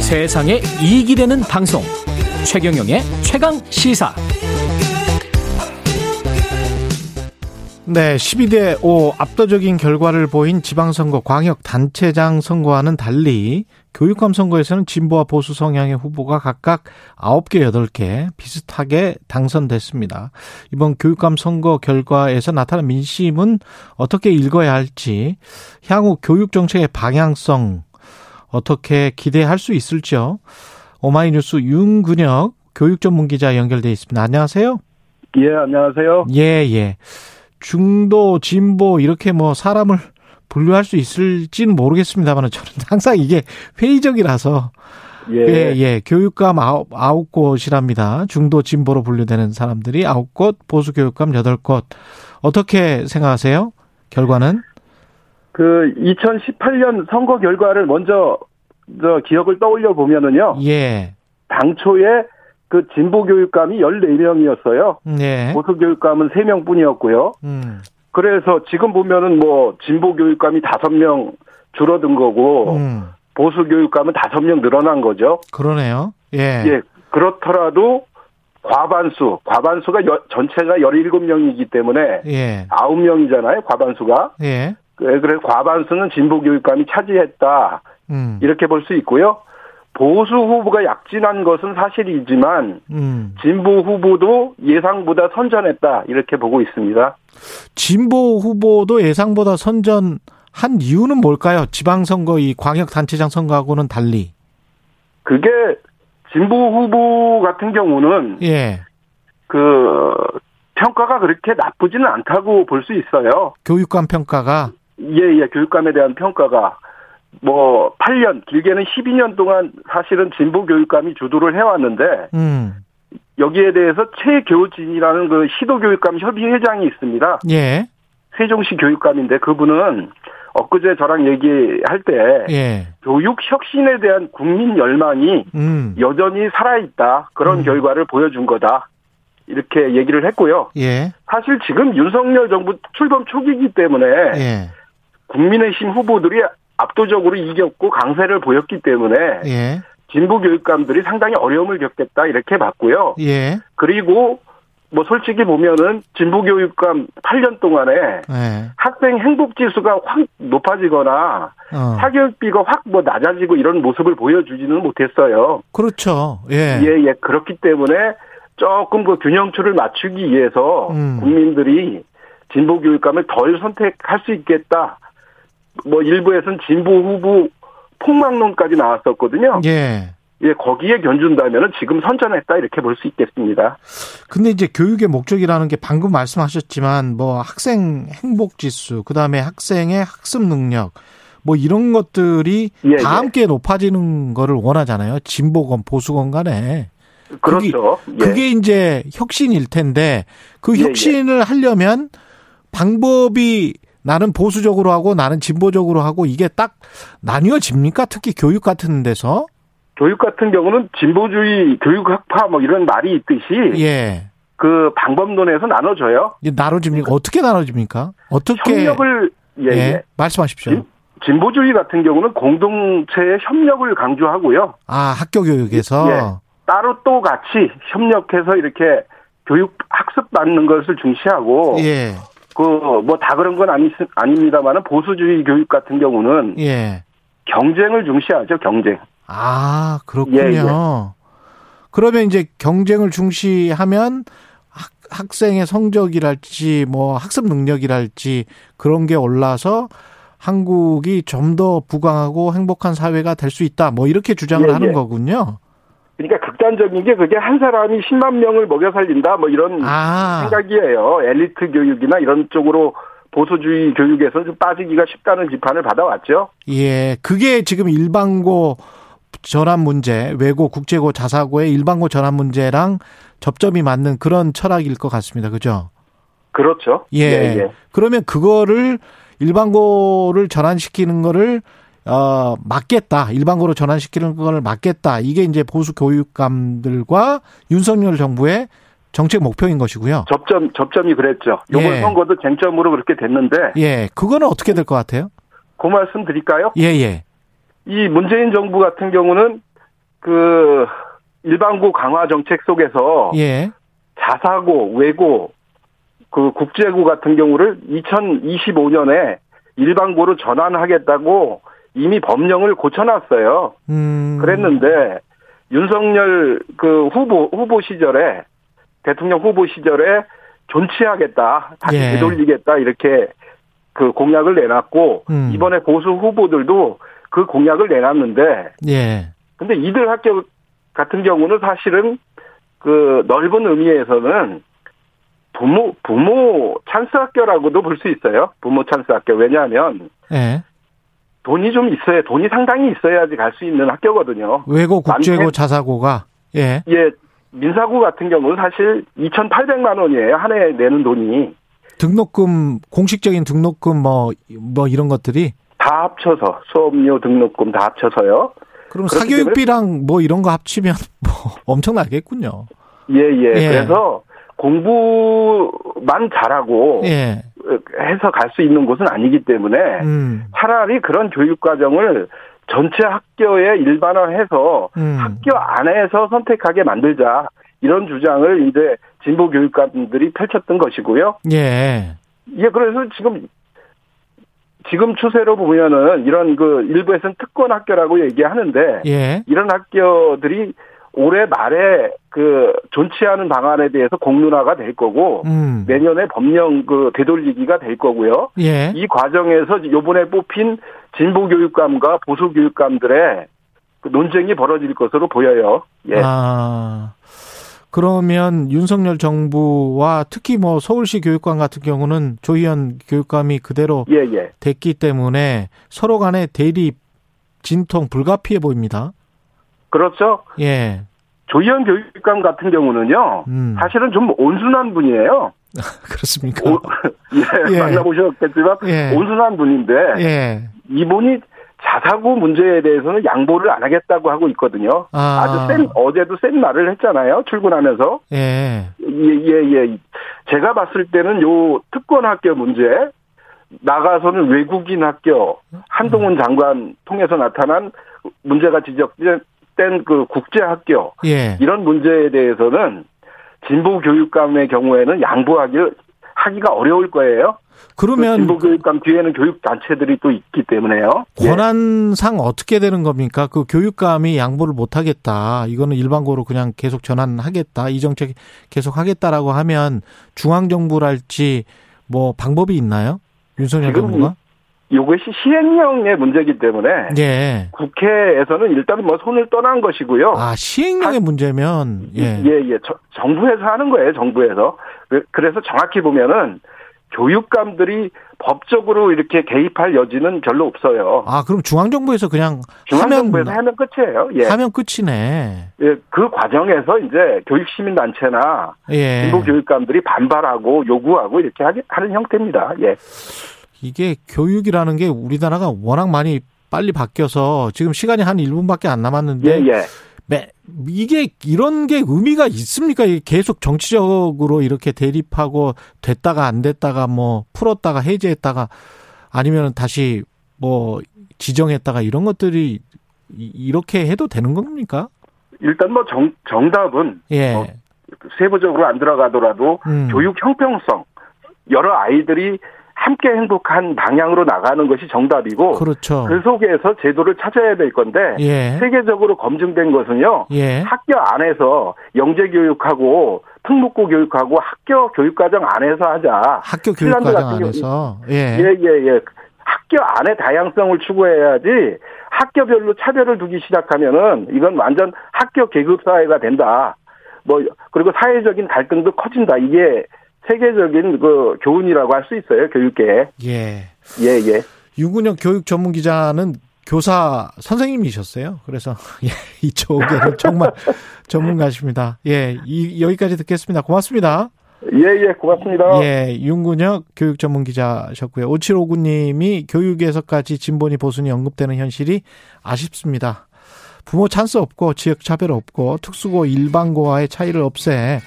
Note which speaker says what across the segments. Speaker 1: 세상에 이익이 되는 방송 최경영의 최강 시사
Speaker 2: 네, 12대 5 압도적인 결과를 보인 지방선거 광역 단체장 선거와는 달리 교육감 선거에서는 진보와 보수 성향의 후보가 각각 9개, 8개 비슷하게 당선됐습니다. 이번 교육감 선거 결과에서 나타난 민심은 어떻게 읽어야 할지, 향후 교육 정책의 방향성 어떻게 기대할 수 있을지요? 오마이뉴스 윤근혁 교육 전문 기자 연결돼 있습니다. 안녕하세요.
Speaker 3: 예, 안녕하세요.
Speaker 2: 예, 예. 중도, 진보 이렇게 뭐 사람을 분류할 수 있을지는 모르겠습니다만 저는 항상 이게 회의적이라서 예, 예, 예. 교육감 아홉, 아홉 곳이랍니다. 중도 진보로 분류되는 사람들이 아홉 곳, 보수 교육감 여덟 곳. 어떻게 생각하세요? 결과는?
Speaker 3: 그 2018년 선거 결과를 먼저 저 기억을 떠올려 보면은요.
Speaker 2: 예.
Speaker 3: 당초에 그 진보 교육감이 14명이었어요.
Speaker 2: 예.
Speaker 3: 보수 교육감은 3명뿐이었고요.
Speaker 2: 음.
Speaker 3: 그래서 지금 보면은 뭐 진보 교육감이 5명 줄어든 거고
Speaker 2: 음.
Speaker 3: 보수 교육감은 5명 늘어난 거죠.
Speaker 2: 그러네요. 예.
Speaker 3: 예. 그렇더라도 과반수, 과반수가 여- 전체가 17명이기 때문에
Speaker 2: 예.
Speaker 3: 9명이잖아요, 과반수가.
Speaker 2: 예.
Speaker 3: 예, 그래서 과반수는 진보 교육감이 차지했다.
Speaker 2: 음.
Speaker 3: 이렇게 볼 수 있고요. 보수 후보가 약진한 것은 사실이지만
Speaker 2: 음.
Speaker 3: 진보 후보도 예상보다 선전했다 이렇게 보고 있습니다.
Speaker 2: 진보 후보도 예상보다 선전한 이유는 뭘까요? 지방선거 이 광역단체장 선거하고는 달리.
Speaker 3: 그게 진보 후보 같은 경우는
Speaker 2: 예.
Speaker 3: 그 평가가 그렇게 나쁘지는 않다고 볼 수 있어요.
Speaker 2: 교육감 평가가
Speaker 3: 예예 교육감에 대한 평가가 뭐 8년 길게는 12년 동안 사실은 진보 교육감이 주도를 해왔는데
Speaker 2: 음.
Speaker 3: 여기에 대해서 최교진이라는 그 시도 교육감 협의회장이 있습니다.
Speaker 2: 예.
Speaker 3: 세종시 교육감인데 그분은 엊그제 저랑 얘기할 때
Speaker 2: 예.
Speaker 3: 교육 혁신에 대한 국민 열망이
Speaker 2: 음.
Speaker 3: 여전히 살아있다 그런
Speaker 2: 음.
Speaker 3: 결과를 보여준 거다 이렇게 얘기를 했고요.
Speaker 2: 예.
Speaker 3: 사실 지금 윤석열 정부 출범 초기이기 때문에
Speaker 2: 예.
Speaker 3: 국민의힘 후보들이 압도적으로 이겼고 강세를 보였기 때문에
Speaker 2: 예.
Speaker 3: 진보 교육감들이 상당히 어려움을 겪겠다 이렇게 봤고요.
Speaker 2: 예.
Speaker 3: 그리고 뭐 솔직히 보면은 진보 교육감 8년 동안에
Speaker 2: 예.
Speaker 3: 학생 행복 지수가 확 높아지거나
Speaker 2: 어.
Speaker 3: 사교육비가 확 뭐 낮아지고 이런 모습을 보여주지는 못했어요.
Speaker 2: 그렇죠. 예.
Speaker 3: 예, 예. 그렇기 때문에 조금 그 균형추를 맞추기 위해서
Speaker 2: 음.
Speaker 3: 국민들이 진보 교육감을 덜 선택할 수 있겠다. 뭐 일부에서는 진보 후보 폭망론까지 나왔었거든요.
Speaker 2: 예.
Speaker 3: 예, 거기에 견준다면은 지금 선전했다 이렇게 볼 수 있겠습니다.
Speaker 2: 근데 이제 교육의 목적이라는 게 방금 말씀하셨지만 뭐 학생 행복 지수, 그다음에 학생의 학습 능력 뭐 이런 것들이
Speaker 3: 예,
Speaker 2: 다
Speaker 3: 예.
Speaker 2: 함께 높아지는 거를 원하잖아요. 진보건 보수건 간에.
Speaker 3: 그렇죠. 예.
Speaker 2: 그게 이제 혁신일 텐데 그
Speaker 3: 예, 예.
Speaker 2: 혁신을 하려면 방법이 나는 보수적으로 하고 나는 진보적으로 하고 이게 딱 나뉘어집니까? 특히 교육 같은 데서.
Speaker 3: 교육 같은 경우는 진보주의 교육 학파 뭐 이런 말이 있듯이
Speaker 2: 예.
Speaker 3: 그 방법론에서 나눠져요.
Speaker 2: 이게 나눠집니까? 어떻게 나눠집니까? 어떻게
Speaker 3: 협력을 예,
Speaker 2: 예,
Speaker 3: 예.
Speaker 2: 말씀하십시오.
Speaker 3: 진- 진보주의 같은 경우는 공동체의 협력을 강조하고요.
Speaker 2: 아, 학교 교육에서
Speaker 3: 따로 또 같이 협력해서 이렇게 교육 학습 받는 것을 중시하고
Speaker 2: 예.
Speaker 3: 그 뭐 다 그런 건 아니 아닙니다만은 보수주의 교육 같은 경우는
Speaker 2: 예.
Speaker 3: 경쟁을 중시하죠 경쟁.
Speaker 2: 아, 그렇군요.
Speaker 3: 예,
Speaker 2: 그러면 이제 경쟁을 중시하면 학, 학생의 성적이랄지 뭐 학습 능력이랄지 그런 게 올라서 한국이 좀 더 부강하고 행복한 사회가 될 수 있다. 뭐 이렇게 주장을
Speaker 3: 예,
Speaker 2: 하는
Speaker 3: 예.
Speaker 2: 거군요.
Speaker 3: 그러니까 극단적인 게 그게 한 사람이 10만 명을 먹여 살린다 뭐 이런
Speaker 2: 아,
Speaker 3: 생각이에요. 엘리트 교육이나 이런 쪽으로 보수주의 교육에서 좀 빠지기가 쉽다는 비판을 받아왔죠.
Speaker 2: 예. 그게 지금 일반고 전환 문제, 외고, 국제고, 자사고의 일반고 전환 문제랑 접점이 맞는 그런 철학일 것 같습니다. 그죠?
Speaker 3: 그렇죠.
Speaker 2: 예. 그러면 그거를 일반고를 전환시키는 거를 어 막겠다. 일반고로 전환시키는 거를 막겠다. 이게 이제 보수 교육감들과 윤석열 정부의 정책 목표인 것이고요.
Speaker 3: 접점 접점이 그랬죠. 요번
Speaker 2: 예.
Speaker 3: 선거도 쟁점으로 그렇게 됐는데
Speaker 2: 예. 그거는 어떻게 될 것 같아요?
Speaker 3: 그 말씀 드릴까요?
Speaker 2: 예, 예.
Speaker 3: 이 문재인 정부 같은 경우는 그 일반고 강화 정책 속에서
Speaker 2: 예.
Speaker 3: 자사고, 외고, 그 국제고 같은 경우를 2025년에 일반고로 전환하겠다고 이미 법령을 고쳐놨어요.
Speaker 2: 음.
Speaker 3: 그랬는데 윤석열 그 후보 후보 시절에 대통령 후보 시절에 존치하겠다 다시
Speaker 2: 예.
Speaker 3: 되돌리겠다 이렇게 그 공약을 내놨고
Speaker 2: 음.
Speaker 3: 이번에 보수 후보들도 그 공약을 내놨는데
Speaker 2: 예.
Speaker 3: 근데 이들 학교 같은 경우는 사실은 그 넓은 의미에서는 부모 부모 찬스 학교라고도 볼 수 있어요 부모 찬스 학교 왜냐하면
Speaker 2: 예.
Speaker 3: 돈이 좀 있어야 돈이 상당히 있어야지 갈 수 있는 학교거든요
Speaker 2: 외고 국제고
Speaker 3: 남편-
Speaker 2: 자사고가 예.
Speaker 3: 예, 민사고 같은 경우는 사실 2,800만 원이에요. 한 해에 내는 돈이.
Speaker 2: 등록금 공식적인 등록금 뭐 뭐 이런 것들이
Speaker 3: 다 합쳐서, 수업료 등록금 다 합쳐서요.
Speaker 2: 그럼
Speaker 3: 그렇기
Speaker 2: 사교육비랑 뭐 이런 거 합치면 뭐 엄청나겠군요.
Speaker 3: 예, 예.
Speaker 2: 예.
Speaker 3: 그래서 공부만 잘하고
Speaker 2: 예.
Speaker 3: 해서 갈 수 있는 곳은 아니기 때문에
Speaker 2: 음.
Speaker 3: 차라리 그런 교육과정을 전체 학교에 일반화해서
Speaker 2: 음.
Speaker 3: 학교 안에서 선택하게 만들자. 이런 주장을 이제 진보 교육감들이 펼쳤던 것이고요.
Speaker 2: 예.
Speaker 3: 예, 그래서 지금 지금 추세로 보면은 이런 그 일부에서는 특권 학교라고 얘기하는데
Speaker 2: 예.
Speaker 3: 이런 학교들이 올해 말에 그 존치하는 방안에 대해서 공론화가 될 거고
Speaker 2: 음.
Speaker 3: 내년에 법령 그 되돌리기가 될 거고요.
Speaker 2: 예.
Speaker 3: 이 과정에서 요번에 뽑힌 진보 교육감과 보수 교육감들의 그 논쟁이 벌어질 것으로 보여요. 예.
Speaker 2: 아. 그러면 윤석열 정부와 특히 뭐 서울시 교육감 같은 경우는 조희연 교육감이 그대로
Speaker 3: 예, 예.
Speaker 2: 됐기 때문에 서로 간의 대립 진통 불가피해 보입니다.
Speaker 3: 그렇죠.
Speaker 2: 예.
Speaker 3: 조희연 교육감 같은 경우는요.
Speaker 2: 음.
Speaker 3: 사실은 좀 온순한 분이에요.
Speaker 2: 그렇습니까?
Speaker 3: 오- 예,
Speaker 2: 예.
Speaker 3: 만나보셨겠지만
Speaker 2: 예.
Speaker 3: 온순한 분인데
Speaker 2: 예.
Speaker 3: 이분이 자사고 문제에 대해서는 양보를 안 하겠다고 하고 있거든요.
Speaker 2: 아.
Speaker 3: 아. 주센 어제도 센 말을 했잖아요. 출근하면서
Speaker 2: 예.
Speaker 3: 예예 예, 제가 봤을 때는 요 특권 학교 문제 나가서는 외국인 학교 한동훈 장관 통해서 나타난 문제가 지적된 그 국제 학교
Speaker 2: 예.
Speaker 3: 이런 문제에 대해서는 진보 교육감의 경우에는 양보하기 하기가 어려울 거예요.
Speaker 2: 그러면
Speaker 3: 진보 교육감 뒤에는 교육 단체들이 또 있기 때문에요. 예.
Speaker 2: 권한상 어떻게 되는 겁니까? 그 교육감이 양보를 못 하겠다. 이거는 일반고로 그냥 계속 전환하겠다. 이 정책 계속 하겠다라고 하면 중앙정부랄지 뭐 방법이 있나요? 윤석열
Speaker 3: 지금
Speaker 2: 정부가?
Speaker 3: 예. 이것이 시행령의 문제이기 때문에
Speaker 2: 예.
Speaker 3: 국회에서는 일단 뭐 손을 떠난 것이고요.
Speaker 2: 아, 시행령의 문제면, 예.
Speaker 3: 어. 예, 예. 저- 정부에서 하는 거예요, 정부에서. 그- 그래서 정확히 보면은 교육감들이 법적으로 이렇게 개입할 여지는 별로 없어요.
Speaker 2: 아, 그럼 중앙정부에서 그냥
Speaker 3: 중앙정부에서
Speaker 2: 하면,
Speaker 3: 하면 끝이에요. 예.
Speaker 2: 하면 끝이네.
Speaker 3: 예, 그 과정에서 이제 교육시민단체나
Speaker 2: 예.
Speaker 3: 진보 교육감들이 반발하고 요구하고 이렇게 하기- 하는 형태입니다. 예.
Speaker 2: 이게 교육이라는 게 우리나라가 워낙 많이 빨리 바뀌어서 지금 시간이 한 1분밖에 안 남았는데
Speaker 3: 예, 예.
Speaker 2: 매, 이게 이런 게 의미가 있습니까? 이게 계속 정치적으로 이렇게 대립하고 됐다가 안 됐다가 뭐 풀었다가 해제했다가 아니면 다시 뭐 지정했다가 이런 것들이 이- 이렇게 해도 되는 겁니까?
Speaker 3: 일단 뭐 정, 정답은
Speaker 2: 예.
Speaker 3: 어, 세부적으로 안 들어가더라도
Speaker 2: 음.
Speaker 3: 교육 형평성 여러 아이들이 함께 행복한 방향으로 나가는 것이 정답이고 그
Speaker 2: 그렇죠.
Speaker 3: 속에서 제도를 찾아야 될 건데
Speaker 2: 예.
Speaker 3: 세계적으로 검증된 것은요
Speaker 2: 예.
Speaker 3: 학교 안에서 영재 교육하고 특목고 교육하고 학교 교육과정 안에서 하자
Speaker 2: 학교
Speaker 3: 핀란드
Speaker 2: 교육과정
Speaker 3: 같은 경우-
Speaker 2: 안에서
Speaker 3: 예 예 예 학교 안에 다양성을 추구해야지 학교별로 차별을 두기 시작하면은 이건 완전 학교 계급 사회가 된다 뭐 그리고 사회적인 갈등도 커진다 이게 세계적인 그 교훈이라고 할 수 있어요 교육계에
Speaker 2: 예.
Speaker 3: 예 예.
Speaker 2: 유근혁 교육 전문 기자는 교사 선생님이셨어요. 그래서 예, 이쪽에는 정말 전문가십니다. 예, 이, 여기까지 듣겠습니다. 고맙습니다.
Speaker 3: 예, 예, 고맙습니다.
Speaker 2: 예, 윤근혁 교육 전문 기자셨고요. 5759님이 교육에서까지 진보니 보수니 언급되는 현실이 아쉽습니다. 부모 찬스 없고 지역 차별 없고 특수고 일반고와의 차이를 없애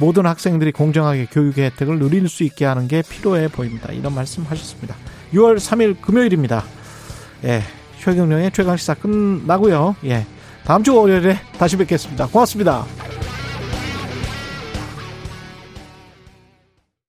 Speaker 2: 모든 학생들이 공정하게 교육의 혜택을 누릴 수 있게 하는 게 필요해 보입니다. 이런 말씀 하셨습니다. 6월 3일 금요일입니다. 예, 최경령의 최강시사 끝나고요. 예, 다음 주 월요일에 다시 뵙겠습니다. 고맙습니다.